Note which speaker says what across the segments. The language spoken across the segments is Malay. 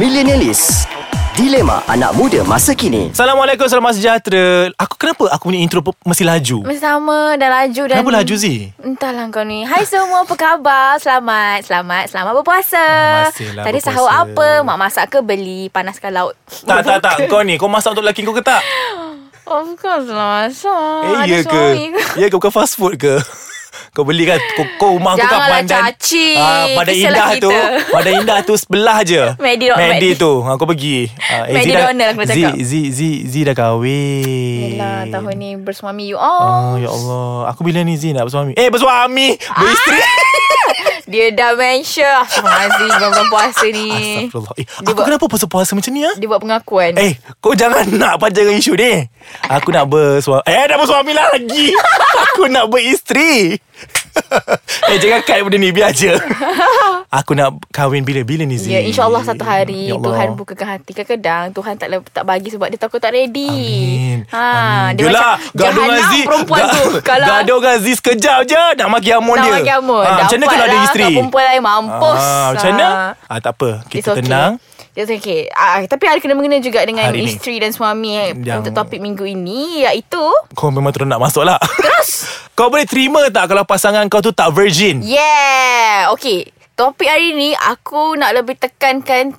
Speaker 1: Millenialis Dilema anak muda masa kini
Speaker 2: Assalamualaikum, selamat sejahtera. Aku kenapa aku punya intro pe- mesti laju?
Speaker 3: Sama dah laju dan
Speaker 2: Kenapa laju, Zee?
Speaker 3: Entahlah kau ni Hai semua apa khabar Selamat Selamat Selamat berpuasa
Speaker 2: Ah, masihlah
Speaker 3: Tadi
Speaker 2: berpuasa.
Speaker 3: sahur apa Mak masak ke beli Panaskan laut
Speaker 2: Tak, tak, tak. Kau ni, kau masak untuk lelaki kau ke tak?
Speaker 3: Of course lah Masak Ada
Speaker 2: Eh, iya ke?
Speaker 3: suami
Speaker 2: Ya ke bukan fast food ke? Kau beli kan Kau, kau rumah kau kat
Speaker 3: Janganlah
Speaker 2: pandan
Speaker 3: caci.
Speaker 2: Ah, Padang
Speaker 3: Kisahlah
Speaker 2: Indah tu
Speaker 3: kita.
Speaker 2: Padang Indah tu sebelah je
Speaker 3: Medi Ro-
Speaker 2: Medi
Speaker 3: Medi.
Speaker 2: tu ha, Kau pergi Ah,
Speaker 3: Medi
Speaker 2: Zee dah-
Speaker 3: Donald aku nak
Speaker 2: Zee-
Speaker 3: cakap.
Speaker 2: Zee, Zee, Zee dah kahwin
Speaker 3: Yelah tahun ni bersuami you
Speaker 2: Oh,
Speaker 3: all
Speaker 2: ya Allah. Aku bila ni Zee nak bersuami? Eh, bersuami!
Speaker 3: Ah.
Speaker 2: Beristeri!
Speaker 3: Dia dementia Aziz bulan puasa ni
Speaker 2: Astagfirullah. Eh,
Speaker 3: Dia
Speaker 2: aku
Speaker 3: buat-
Speaker 2: kenapa puasa-puasa macam ni, ha?
Speaker 3: Dia buat pengakuan
Speaker 2: Eh, kau jangan nak panjangkan isu ni. Aku nak bersuami. Eh, dah bersuami lah lagi. Aku nak beristeri. eh, jangan cut benda ni. Biar je. Aku nak kahwin bila-bila ni, Zee.
Speaker 3: Ya insyaAllah satu hari
Speaker 2: Ya Allah.
Speaker 3: Tuhan bukakan hati Kadang-kadang Tuhan tak, le- tak bagi Sebab dia takut tak ready
Speaker 2: Amin.
Speaker 3: ha,
Speaker 2: Amin.
Speaker 3: Dia
Speaker 2: Yelah,
Speaker 3: macam
Speaker 2: gaduh
Speaker 3: Jahanam
Speaker 2: dengan Zee.
Speaker 3: perempuan
Speaker 2: Ga-
Speaker 3: tu Kalau
Speaker 2: Gaduh dengan Zee sekejap je. Nak maki amon
Speaker 3: Nak
Speaker 2: dia.
Speaker 3: bagi amun
Speaker 2: Ah, macam mana kalau ada
Speaker 3: Dapatlah
Speaker 2: isteri?
Speaker 3: kat lah. Perempuan lain mampus
Speaker 2: Ah, macam mana? Ah, tak apa.
Speaker 3: It's
Speaker 2: Kita
Speaker 3: okay.
Speaker 2: tenang.
Speaker 3: It's okay ah, Tapi ada kena-mengena juga Dengan
Speaker 2: Hari ni.
Speaker 3: isteri dan suami eh,
Speaker 2: Yang-
Speaker 3: Untuk topik minggu ini Iaitu
Speaker 2: Kau memang terus nak masuk lah. Terus. kau boleh terima tak kalau pasangan kau tu tak virgin?
Speaker 3: Yeah Okay Topik hari ni Aku nak lebih tekankan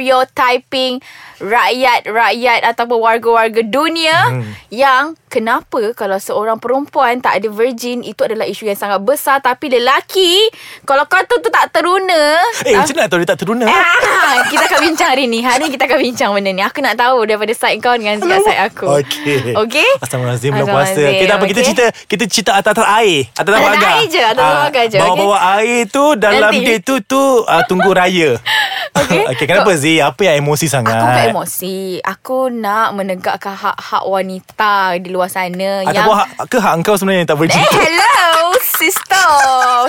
Speaker 3: Stereotyping Rakyat-rakyat Ataupun warga-warga dunia
Speaker 2: Hmm.
Speaker 3: Yang Kenapa Kalau seorang perempuan Tak ada virgin Itu adalah isu yang sangat besar Tapi lelaki Kalau kau tu, tu tak teruna
Speaker 2: Eh, macam mana nak tahu dia tak teruna?
Speaker 3: Ah, kita akan bincang hari ni Hari ni kita akan bincang benda ni Aku nak tahu daripada side kau Dengan side, side aku
Speaker 2: Okey.
Speaker 3: Okay
Speaker 2: Astagfirullahalazim bulan puasa.
Speaker 3: Astagfirullahalazim,
Speaker 2: Kita apa kita
Speaker 3: okey?
Speaker 2: cerita kita cerita atas-atas air. Atas-atas
Speaker 3: Atas-atas
Speaker 2: pagar.
Speaker 3: air je, atas-atas
Speaker 2: Ah,
Speaker 3: pagar je,
Speaker 2: Bawa-bawa air tu dalam
Speaker 3: Nanti.
Speaker 2: date tu tu ah, tunggu raya.
Speaker 3: Okey.
Speaker 2: okay, kenapa Zee? Apa yang emosi sangat?
Speaker 3: Aku bukan emosi Aku nak menegakkan hak-hak wanita Di luar sana yang
Speaker 2: Ataupun hak, ke hak engkau sebenarnya yang tak virgin?
Speaker 3: Eh hello Sister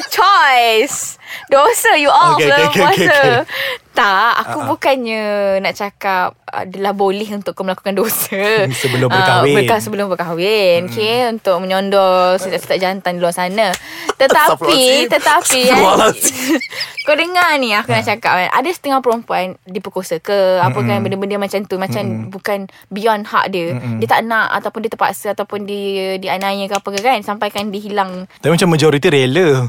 Speaker 3: Choice Dosa you all
Speaker 2: Okay,
Speaker 3: okay,
Speaker 2: okay,
Speaker 3: okay,
Speaker 2: okay, okay, okay. Ah,
Speaker 3: Tak Aku uh bukannya Nak cakap Adalah boleh untuk kau melakukan dosa
Speaker 2: Sebelum
Speaker 3: Ah,
Speaker 2: berkahwin.
Speaker 3: berkah, Sebelum berkahwin hmm. Okay Untuk menyondol Sidak-sidak jantan di luar sana
Speaker 2: Astagfirullahalazim.
Speaker 3: Tetapi Tetapi eh.
Speaker 2: Astagfirullahalazim.
Speaker 3: Kau dengar ni Aku
Speaker 2: Ha.
Speaker 3: nak cakap kan Ada setengah perempuan Diperkosa ke Apa kan Benda-benda macam tu Macam bukan Beyond hak dia Dia tak nak Ataupun dia terpaksa Ataupun dia Dianiaya ke apa ke kan Sampaikan dia hilang
Speaker 2: Tapi macam majoriti rela.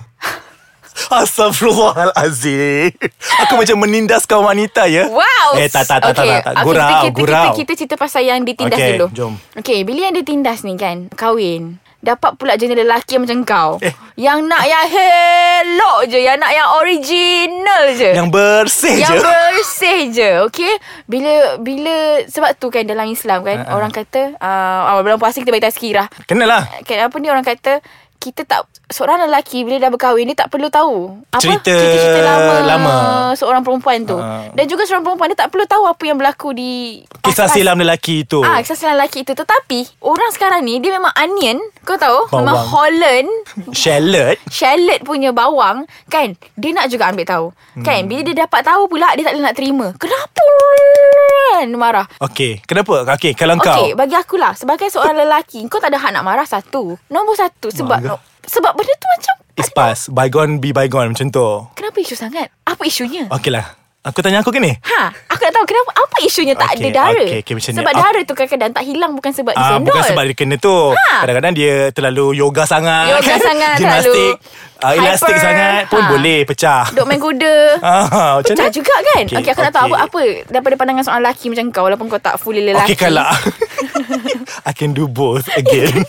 Speaker 2: Astagfirullahalazim. Aku macam menindaskan wanita ya.
Speaker 3: Wow
Speaker 2: Eh tak tak tak tak,
Speaker 3: okay.
Speaker 2: tak, tak.
Speaker 3: okay,
Speaker 2: Gurau,
Speaker 3: kita, kita,
Speaker 2: gurau.
Speaker 3: kita, kita cerita pasal yang ditindas
Speaker 2: Okay,
Speaker 3: dulu
Speaker 2: jom.
Speaker 3: Okay Bila yang ditindas ni kan Kahwin Dapat pula jenis lelaki macam kau
Speaker 2: Eh.
Speaker 3: Yang nak yang hello je Yang nak yang original je
Speaker 2: Yang bersih
Speaker 3: yang
Speaker 2: je.
Speaker 3: bersih je Okay Bila Bila Sebab tu kan dalam Islam
Speaker 2: Ah,
Speaker 3: kan
Speaker 2: ah.
Speaker 3: Orang kata uh, Bulan puasa kita bagi tazkirah
Speaker 2: Kenalah.
Speaker 3: kan apa ni orang kata kita tak seorang lelaki bila dah berkahwin dia tak perlu tahu apa
Speaker 2: Cerita
Speaker 3: cerita lama,
Speaker 2: lama.
Speaker 3: seorang perempuan tu
Speaker 2: Ah.
Speaker 3: dan juga seorang perempuan dia tak perlu tahu apa yang berlaku di
Speaker 2: Kisah
Speaker 3: pas-pas-
Speaker 2: silam lelaki tu.
Speaker 3: Ah, kisah silam lelaki itu Tetapi Orang sekarang ni Dia memang onion Kau tahu
Speaker 2: Bawang.
Speaker 3: Memang Holland
Speaker 2: Charlotte.
Speaker 3: Charlotte punya bawang Kan Dia nak juga ambil tahu
Speaker 2: Hmm.
Speaker 3: Kan Bila dia dapat tahu pula Dia tak boleh nak terima Kenapa Dia Marah
Speaker 2: Okey, kenapa? Okey, kalau kau.
Speaker 3: Okay bagi akulah Sebagai seorang lelaki Kau tak ada hak nak marah Satu Nombor satu Sebab
Speaker 2: Marah. Eh.
Speaker 3: no, Sebab benda tu macam
Speaker 2: It's past Bygone be bygone Macam tu
Speaker 3: Kenapa isu sangat Apa isunya
Speaker 2: Okey lah Aku tanya aku ke ni?
Speaker 3: Ha Aku nak tahu kenapa Apa isunya tak
Speaker 2: Okey,
Speaker 3: ada dara
Speaker 2: okey, okey, macam ni.
Speaker 3: Sebab
Speaker 2: Aku-
Speaker 3: dara tu kadang-kadang Tak hilang Bukan sebab
Speaker 2: Ah,
Speaker 3: disondol
Speaker 2: bukan sebab dia kena tu
Speaker 3: Ha.
Speaker 2: Kadang-kadang dia terlalu yoga sangat
Speaker 3: Yoga sangat,
Speaker 2: Gimnastik
Speaker 3: terlalu
Speaker 2: ah, Elastik
Speaker 3: hyper.
Speaker 2: sangat Pun
Speaker 3: Ha.
Speaker 2: boleh pecah
Speaker 3: Duk main kuda
Speaker 2: Ah, macam
Speaker 3: Pecah
Speaker 2: mana?
Speaker 3: juga kan
Speaker 2: Okey,
Speaker 3: okay, okay, aku nak tahu
Speaker 2: okey.
Speaker 3: apa-apa Daripada pandangan seorang lelaki macam kau Walaupun kau tak fully lelaki
Speaker 2: Okay kalau I can do both again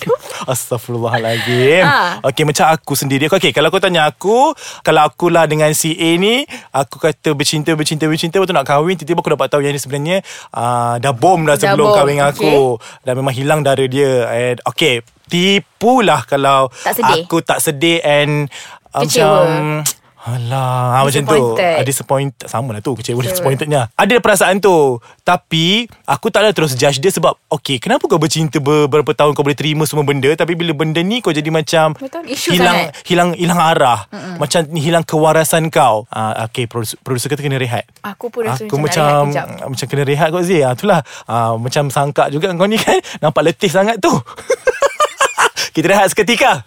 Speaker 2: Astaghfirullahaladzim
Speaker 3: Ah.
Speaker 2: Okay macam aku sendiri Okay kalau kau tanya aku Kalau akulah dengan si A ni Aku kata bercinta bercinta bercinta Lepas tu nak kahwin Tiba-tiba aku dapat tahu yang ni sebenarnya uh, Dah bom dah
Speaker 3: Dah
Speaker 2: sebelum
Speaker 3: bom,
Speaker 2: kahwin dengan aku Dah memang hilang dara dia And okay Tipulah kalau
Speaker 3: Tak sedih.
Speaker 2: Aku tak sedih and uh,
Speaker 3: Kecewa.
Speaker 2: Macam Alah ah, Macam tu
Speaker 3: Disappointed.
Speaker 2: Ada disappointed Sama lah tu Kecewa disappointednya Ada perasaan tu Tapi Aku tak ada terus judge dia Sebab Okay kenapa kau bercinta Beberapa tahun kau boleh terima Semua benda Tapi bila benda ni Kau jadi macam
Speaker 3: Betul, isu
Speaker 2: Hilang
Speaker 3: sangat.
Speaker 2: Hilang hilang arah Mm-mm. Macam hilang kewarasan kau uh, Okay producer, producer kata kena rehat
Speaker 3: Aku pun
Speaker 2: Ah,
Speaker 3: rasa
Speaker 2: Aku
Speaker 3: macam
Speaker 2: macam
Speaker 3: nak rehat
Speaker 2: macam, macam kena rehat kot Zee ah, Itulah ah, Macam sangka juga kau ni kan Nampak letih sangat tu Kita rehat seketika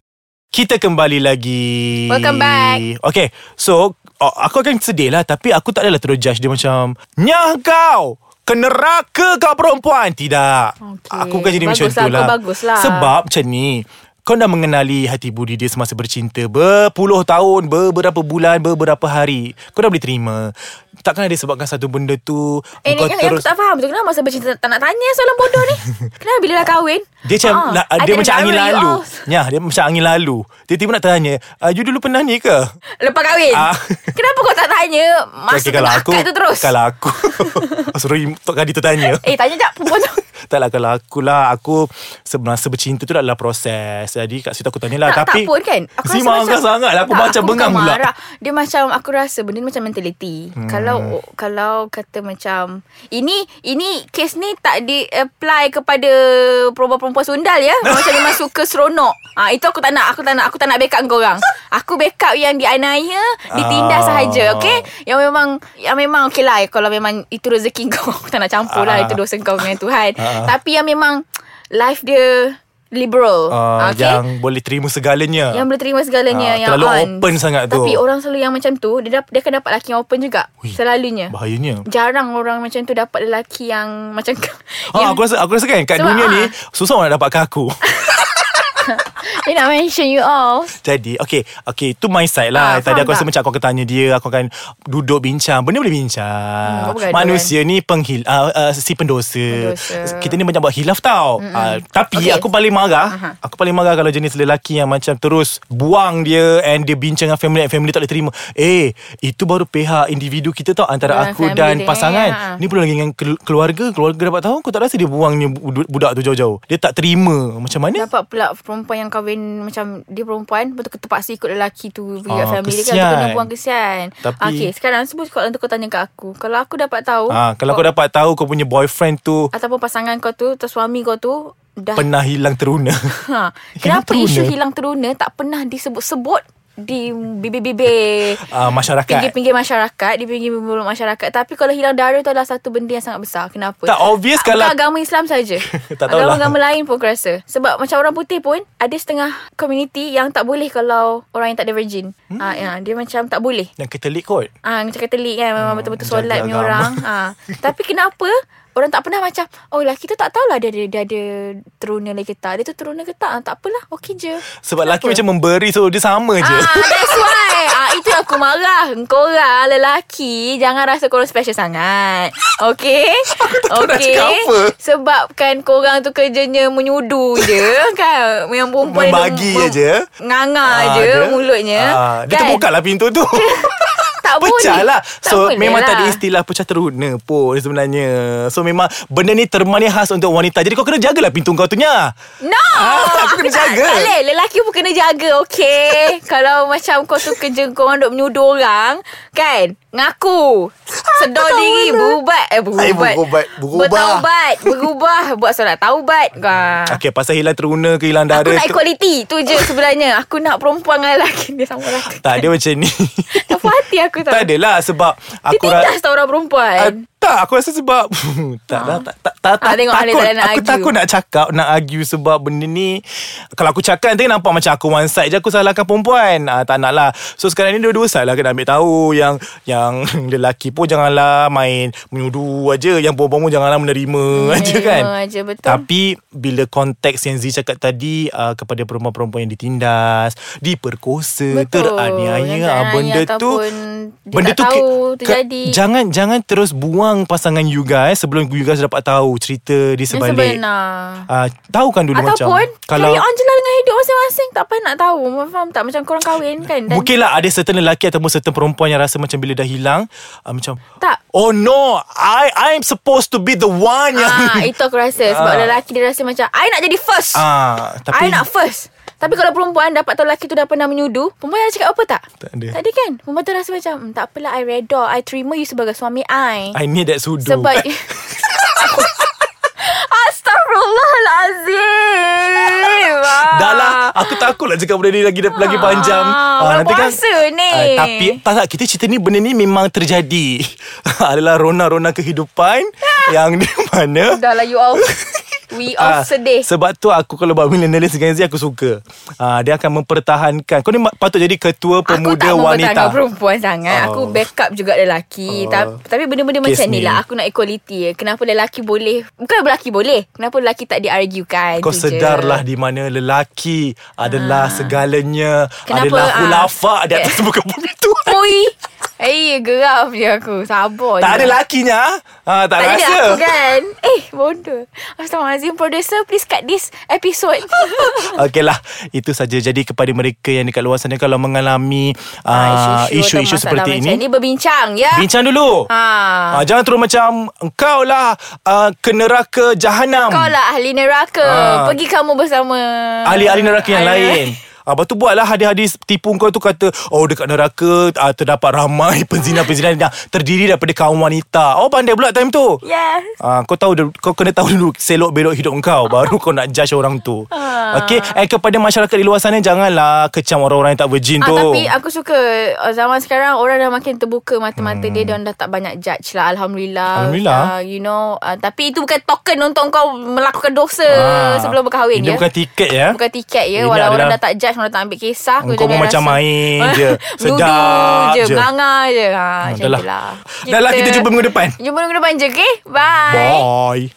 Speaker 2: Kita kembali lagi
Speaker 3: Welcome back.
Speaker 2: Okay So a- Aku akan sedih lah Tapi aku tak adalah terus judge Dia macam Nyah kau ke neraka kau perempuan Tidak
Speaker 3: Okey.
Speaker 2: Aku bukan jadi
Speaker 3: Bagus
Speaker 2: macam tu
Speaker 3: lah,
Speaker 2: lah
Speaker 3: kau bagus lah.
Speaker 2: Sebab macam ni Kau dah mengenali hati budi dia semasa bercinta Berpuluh tahun Beberapa bulan Beberapa hari Kau dah boleh terima Takkan ada sebabkan satu benda tu
Speaker 3: Eh ni
Speaker 2: kau
Speaker 3: yang, yang aku tak faham tu Kenapa masa bercinta tak nak tanya soalan bodoh ni Kenapa bila dah kahwin
Speaker 2: Dia macam
Speaker 3: Ah,
Speaker 2: la,
Speaker 3: I
Speaker 2: dia
Speaker 3: didn't
Speaker 2: macam angin
Speaker 3: marry you
Speaker 2: lalu.
Speaker 3: off.
Speaker 2: Ya, dia macam angin lalu. Tiba-tiba nak tanya, "Ah, you dulu pernah ni ke?"
Speaker 3: Lepas kahwin
Speaker 2: Ah.
Speaker 3: Kenapa kau tak tanya Masa
Speaker 2: Okay,
Speaker 3: okay, kena akad tu terus
Speaker 2: Kalau aku Oh, Sorry Tok Kadi tu tanya
Speaker 3: Eh tanya jap perempuan tu
Speaker 2: Taklah kalau aku lah Aku Semasa bercinta tu adalah proses Jadi kat situ aku tanya lah
Speaker 3: tak,
Speaker 2: Tapi
Speaker 3: tak pun kan Aku
Speaker 2: Si
Speaker 3: rasa
Speaker 2: marah
Speaker 3: macam-
Speaker 2: sangat lah. Aku
Speaker 3: tak,
Speaker 2: macam
Speaker 3: aku
Speaker 2: bengang
Speaker 3: bukan
Speaker 2: pula
Speaker 3: marah. Dia macam Aku rasa benda ni macam mentality hmm. Kalau Kalau kata macam Ini Ini Kes ni tak di apply kepada Perempuan-perempuan sundal ya Macam memang suka seronok ha, Itu aku tak nak Aku tak nak Aku tak nak backup korang Aku backup yang dianiaya Ditindas
Speaker 2: Ah.
Speaker 3: sahaja Okay Yang memang Yang memang okay lah Kalau memang itu rezeki kau Aku tak nak campur lah
Speaker 2: Ah.
Speaker 3: Itu dosa kau dengan Tuhan
Speaker 2: Ah.
Speaker 3: Tapi yang memang Life dia Liberal
Speaker 2: Ah,
Speaker 3: Okay
Speaker 2: Yang boleh terima segalanya
Speaker 3: yang boleh terima
Speaker 2: Ah,
Speaker 3: segalanya yang
Speaker 2: terlalu
Speaker 3: on.
Speaker 2: open sangat tu.
Speaker 3: Tapi orang selalu yang macam tu Dia, dap, dia akan dapat lelaki yang open juga
Speaker 2: Ui,
Speaker 3: Selalunya
Speaker 2: Bahayanya
Speaker 3: Jarang orang macam tu Dapat lelaki yang Macam kau
Speaker 2: Ha,
Speaker 3: yang,
Speaker 2: aku rasa aku rasa kan kat
Speaker 3: Sebab,
Speaker 2: dunia ni
Speaker 3: ah.
Speaker 2: susah orang nak dapatkan aku.
Speaker 3: Dia nak mention you all
Speaker 2: Jadi okay Okay Itu my side lah
Speaker 3: Ah,
Speaker 2: Tadi
Speaker 3: faham
Speaker 2: aku rasa
Speaker 3: tak?
Speaker 2: macam Aku akan tanya dia Aku akan duduk bincang Benda boleh bincang
Speaker 3: Hmm, bergaduh,
Speaker 2: Manusia ni penghil uh, uh, Si pendosa.
Speaker 3: Pendosa. Hmm,
Speaker 2: Kita ni banyak buat hilaf tau uh, Tapi
Speaker 3: Okay.
Speaker 2: okay. aku paling marah uh-huh. Aku paling marah Kalau jenis lelaki yang macam Terus buang dia And dia bincang dengan family And family tak boleh terima Eh Itu baru pihak individu kita tau Antara
Speaker 3: Dengan
Speaker 2: aku
Speaker 3: family
Speaker 2: dan
Speaker 3: dia,
Speaker 2: pasangan
Speaker 3: ya.
Speaker 2: Ni perlu lagi dengan kel- keluarga Keluarga dapat tahu Kau tak rasa dia buang ni bud- budak tu jauh-jauh Dia tak terima Macam mana
Speaker 3: Dapat pula perempuan yang kahwin Macam dia perempuan Lepas tu terpaksa ikut lelaki tu Pergi
Speaker 2: Ah,
Speaker 3: kat family dia kan
Speaker 2: kesian.
Speaker 3: Kau kena buang kesian
Speaker 2: Tapi-
Speaker 3: Okay sekarang sebut soalan tu kau tanya kat aku Kalau aku dapat tahu
Speaker 2: Ah, kalau
Speaker 3: Oh.
Speaker 2: kau dapat tahu kau punya boyfriend tu
Speaker 3: Ataupun pasangan kau tu Atau suami kau tu Dah
Speaker 2: pernah hilang teruna. Hilang
Speaker 3: Ha, kenapa
Speaker 2: Eh, teruna?
Speaker 3: isu hilang teruna tak pernah disebut-sebut di bibir-bibir
Speaker 2: Ah, masyarakat.
Speaker 3: pinggir-pinggir masyarakat, di pinggir-pinggir masyarakat. Tapi kalau hilang darah tu adalah satu benda yang sangat besar. Kenapa?
Speaker 2: Tak obvious
Speaker 3: Bukan
Speaker 2: kalau-
Speaker 3: agama Islam saja.
Speaker 2: Tak tahulah.
Speaker 3: Agama-agama lain pun aku rasa. Sebab macam orang putih pun ada setengah community yang tak boleh kalau orang yang tak ada virgin. Hmm. Ha, ya, dia macam tak boleh.
Speaker 2: Yang ketelik kot.
Speaker 3: Ah, macam Katolik kan Memang betul-betul
Speaker 2: Hmm, jaga
Speaker 3: solat ni
Speaker 2: agama.
Speaker 3: orang ah. Tapi kenapa Orang tak pernah macam Oh lah kita tak tahulah Dia ada, dia ada Teruna lagi ke tak Dia tu teruna ke tak ah, Tak apalah Okay je
Speaker 2: Sebab lelaki macam memberi so dia sama je.
Speaker 3: Ah, that's why ah, Itu yang aku marah Korang lelaki Jangan rasa korang special sangat Okay Aku
Speaker 2: tahu nak cakap apa.
Speaker 3: Sebabkan korang tu kerjanya Menyudu je kan Yang perempuan dia
Speaker 2: Membagi
Speaker 3: mem-
Speaker 2: je.
Speaker 3: Nganga
Speaker 2: Ah,
Speaker 3: je
Speaker 2: dia-
Speaker 3: Mulutnya Kan?
Speaker 2: ah, Dia terbuka lah pintu tu
Speaker 3: Tak boleh
Speaker 2: Pecah lah
Speaker 3: Tak
Speaker 2: So
Speaker 3: boleh
Speaker 2: memang tak ada
Speaker 3: lah.
Speaker 2: istilah Pecah teruna pun sebenarnya So memang Benda ni terma ni khas untuk wanita Jadi kau kena jagalah pintu kau tu nya
Speaker 3: No
Speaker 2: Ah, aku kena
Speaker 3: tak-
Speaker 2: jaga.
Speaker 3: Tak boleh Lelaki pun kena jaga Okay Kalau macam kau tu kerja Kau orang duk menyudu orang Kan Ngaku
Speaker 2: Ah,
Speaker 3: Sedar diri Berubat Eh
Speaker 2: Eh,
Speaker 3: berubat
Speaker 2: lah. berubat, berubah.
Speaker 3: Bertaubat Berubah Buat solat taubat Wah.
Speaker 2: Okay pasal hilang teruna ke hilang darah
Speaker 3: Ah. Aku nak
Speaker 2: tu-
Speaker 3: equality Tu je sebenarnya Aku nak perempuan dengan lelaki Dia sama lelaki
Speaker 2: Tak dia macam ni
Speaker 3: Tak puas hati aku tau
Speaker 2: Tak adalah sebab
Speaker 3: Dia
Speaker 2: Aku ra-
Speaker 3: tindas tau orang perempuan
Speaker 2: Ah, tak aku rasa sebab tak lah tak tak tak,
Speaker 3: kan? Ah,
Speaker 2: tak
Speaker 3: tengok Ali
Speaker 2: takut
Speaker 3: tak nak
Speaker 2: aku
Speaker 3: argue.
Speaker 2: takut nak cakap nak argue sebab benda ni kalau aku cakap nanti nampak macam aku one side je aku salahkan perempuan ah, tak nak lah so sekarang ni dua-dua side lah kena ambil tahu yang yang lelaki pun janganlah main menyudu aja yang perempuan pun janganlah menerima aja kan
Speaker 3: aja, betul.
Speaker 2: tapi bila konteks yang Z cakap tadi ah, kepada perempuan-perempuan yang ditindas diperkosa
Speaker 3: Betul.
Speaker 2: teraniaya
Speaker 3: Yang
Speaker 2: ah, benda
Speaker 3: teraniaya
Speaker 2: tu
Speaker 3: ataupun dia tak
Speaker 2: ki-
Speaker 3: tahu terjadi.
Speaker 2: jangan jangan terus buang pasangan you guys sebelum you guys dapat tahu cerita di
Speaker 3: Yang
Speaker 2: sebalik
Speaker 3: sebenar
Speaker 2: Ah, tahu kan dulu
Speaker 3: Ataupun
Speaker 2: macam kalau
Speaker 3: Carry on je lah dengan hidup masing-masing Tak payah nak tahu Faham tak Macam korang kahwin kan Dan
Speaker 2: Mungkin lah ada certain lelaki ataupun certain perempuan yang rasa macam bila dah hilang uh, macam
Speaker 3: Tak.
Speaker 2: oh no I I'm supposed to be the one yang
Speaker 3: Ah, itu aku rasa sebab
Speaker 2: Ah.
Speaker 3: lelaki dia rasa macam I nak jadi first. Ah,
Speaker 2: ah
Speaker 3: tapi,
Speaker 2: tapi
Speaker 3: I nak first. Tapi kalau perempuan dapat tahu lelaki tu dah pernah menyudu, perempuan ada cakap apa tak?
Speaker 2: Tak ada.
Speaker 3: Tak ada kan? Perempuan tu rasa macam, "Hmm, tak apalah I reda, I terima you sebagai suami I.
Speaker 2: I need that sudu
Speaker 3: sebab Astaghfirullahalazim.
Speaker 2: Dah lah Aku takut lah cakap benda ni Lagi lagi panjang
Speaker 3: Ah, orang puasa ni.
Speaker 2: Ah, Tapi tak tak Kita cerita ni Benda ni memang
Speaker 3: Ah.
Speaker 2: terjadi Adalah rona-rona kehidupan Yang di mana
Speaker 3: Dah lah you all We
Speaker 2: Ah,
Speaker 3: all sedih.
Speaker 2: Sebab tu aku kalau buat millennialist Gen Z aku suka Ah, Dia akan mempertahankan Kau ni ma- patut jadi ketua
Speaker 3: Aku
Speaker 2: pemuda
Speaker 3: tak mau
Speaker 2: wanita
Speaker 3: bertanggung perempuan sangat oh. Aku
Speaker 2: Oh.
Speaker 3: backup juga lelaki
Speaker 2: Oh.
Speaker 3: Ta- Tapi benda-benda
Speaker 2: Kes
Speaker 3: macam
Speaker 2: ni.
Speaker 3: ni lah Aku nak equality Kenapa lelaki boleh Bukan lelaki boleh Kenapa lelaki tak diarguekan
Speaker 2: Kau
Speaker 3: tu je. Ah.
Speaker 2: sedarlah di mana lelaki adalah segalanya
Speaker 3: Kenapa,
Speaker 2: Adalah
Speaker 3: ah,
Speaker 2: hulafak di atas
Speaker 3: eh.
Speaker 2: muka bumi tu
Speaker 3: Ui Eh geram je aku Sabar
Speaker 2: Tak
Speaker 3: je.
Speaker 2: ada lakinya ah, Tak,
Speaker 3: Tak
Speaker 2: rasa
Speaker 3: ada aku kan Eh bodoh Astagfirullahaladzim Producer please cut this episode
Speaker 2: Okey lah Itu saja Jadi kepada mereka yang dekat luar sana Kalau mengalami ah,
Speaker 3: Ah,
Speaker 2: Isu-isu
Speaker 3: atau masalah
Speaker 2: seperti
Speaker 3: macam
Speaker 2: ini
Speaker 3: ni Berbincang ya
Speaker 2: Bincang dulu Ah,
Speaker 3: Ha.
Speaker 2: jangan terus macam Engkau lah uh, Ke neraka jahanam
Speaker 3: Kau lah ahli neraka
Speaker 2: Ah.
Speaker 3: Pergi kamu bersama
Speaker 2: Ahli-ahli neraka yang
Speaker 3: Ahli-
Speaker 2: lain Ah, lepas tu buatlah hadis-hadis tipu kau tu kata Oh dekat neraka ah, terdapat ramai penzina-penzina yang terdiri daripada kaum wanita Oh pandai pula time tu
Speaker 3: Yes
Speaker 2: Ah, kau tahu dulu- kau kena tahu dulu selok belok hidup kau baru kau nak judge orang tu.
Speaker 3: Ah.
Speaker 2: Okey, eh kepada masyarakat di luar sana janganlah kecam orang-orang yang tak virgin
Speaker 3: Ah,
Speaker 2: tu.
Speaker 3: tapi aku suka uh, zaman sekarang orang dah makin terbuka mata-mata hmm. dia dan dah tak banyak judge lah alhamdulillah.
Speaker 2: Alhamdulillah.
Speaker 3: Uh, you know uh, tapi itu bukan token untuk kau melakukan dosa
Speaker 2: Ah,
Speaker 3: sebelum berkahwin
Speaker 2: Ini
Speaker 3: ya.
Speaker 2: bukan tiket ya.
Speaker 3: bukan tiket ya
Speaker 2: Ini
Speaker 3: Walau orang
Speaker 2: adalah-
Speaker 3: dah tak judge Orang dah tak ambil kisah
Speaker 2: Kau pun macam main je. Sedap
Speaker 3: Sedap je,
Speaker 2: je.
Speaker 3: je. Melanggar je ha, Macam
Speaker 2: dah lah.
Speaker 3: itulah
Speaker 2: Dah lah, kita jumpa minggu depan.
Speaker 3: Jumpa minggu depan je okay Bye
Speaker 2: Bye.